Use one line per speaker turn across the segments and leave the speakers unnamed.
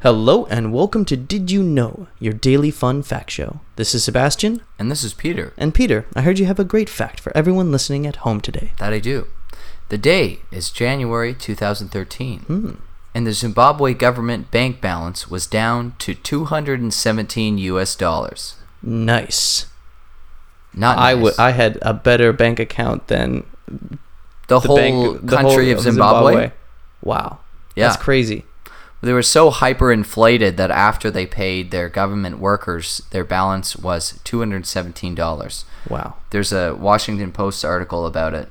Hello and welcome to Did You Know, your daily fun fact show. This is Sebastian.
And this is Peter.
And Peter, I heard you have a great fact for everyone listening at home today.
That I do. The day is January 2013.
Hmm,
And the Zimbabwe government bank balance was down to 217 US dollars.
Nice.
Not
I
nice.
would. I had a better bank account than
the,
the
whole
bank, the
country
whole
of Zimbabwe,
Wow.
Yeah.
That's crazy.
they were so hyperinflated that after they paid their government workers, their balance was 217 dollars.
Wow.
There's a Washington Post article about it.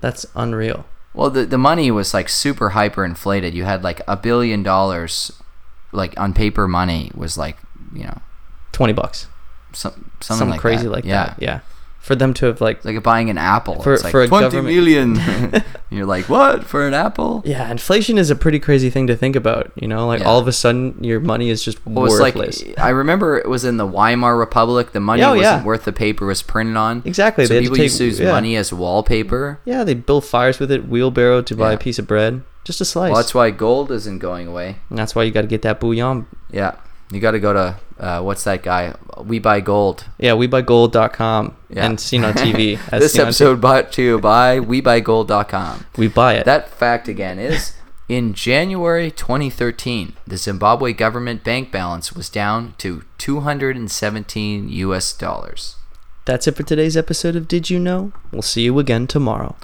That's unreal.
Well, the, the money was like super hyper inflated. You had like a billion dollars, like on paper money was like, you know,
Twenty bucks.
some, something
Something
like
crazy
that.
like
yeah.
that. Yeah. For them to have like.
It's like buying an apple.
For-
it's like
for a
20
government-
million. You're like, what? For an apple?
Yeah, inflation is a pretty crazy thing to think about. You know, like
Yeah.
all of a sudden your money is just
Well, it's like,
worthless.
I remember it was in the Weimar Republic. The money
Yeah, oh,
wasn't
yeah.
worth the paper it was printed on.
Exactly,
So
they had to
people
take-
used to use
yeah.
money as wallpaper.
Yeah, they build fires with it, wheelbarrow to buy a
Yeah.
piece of bread, just a slice.
Well, that's why gold isn't going away.
And that's why you got to get that bouillon.
Yeah. You got to go to, uh, what's that guy? We Buy Gold.
Yeah, webuygold.com
Yeah.
and seen on TV. as
this
seen on
episode brought to you by WeBuyGold.com.
TV. we buy it.
That fact again is in January 2013, the Zimbabwe government bank balance was down to 217 US dollars.
That's it for today's episode of Did You Know? We'll see you again tomorrow.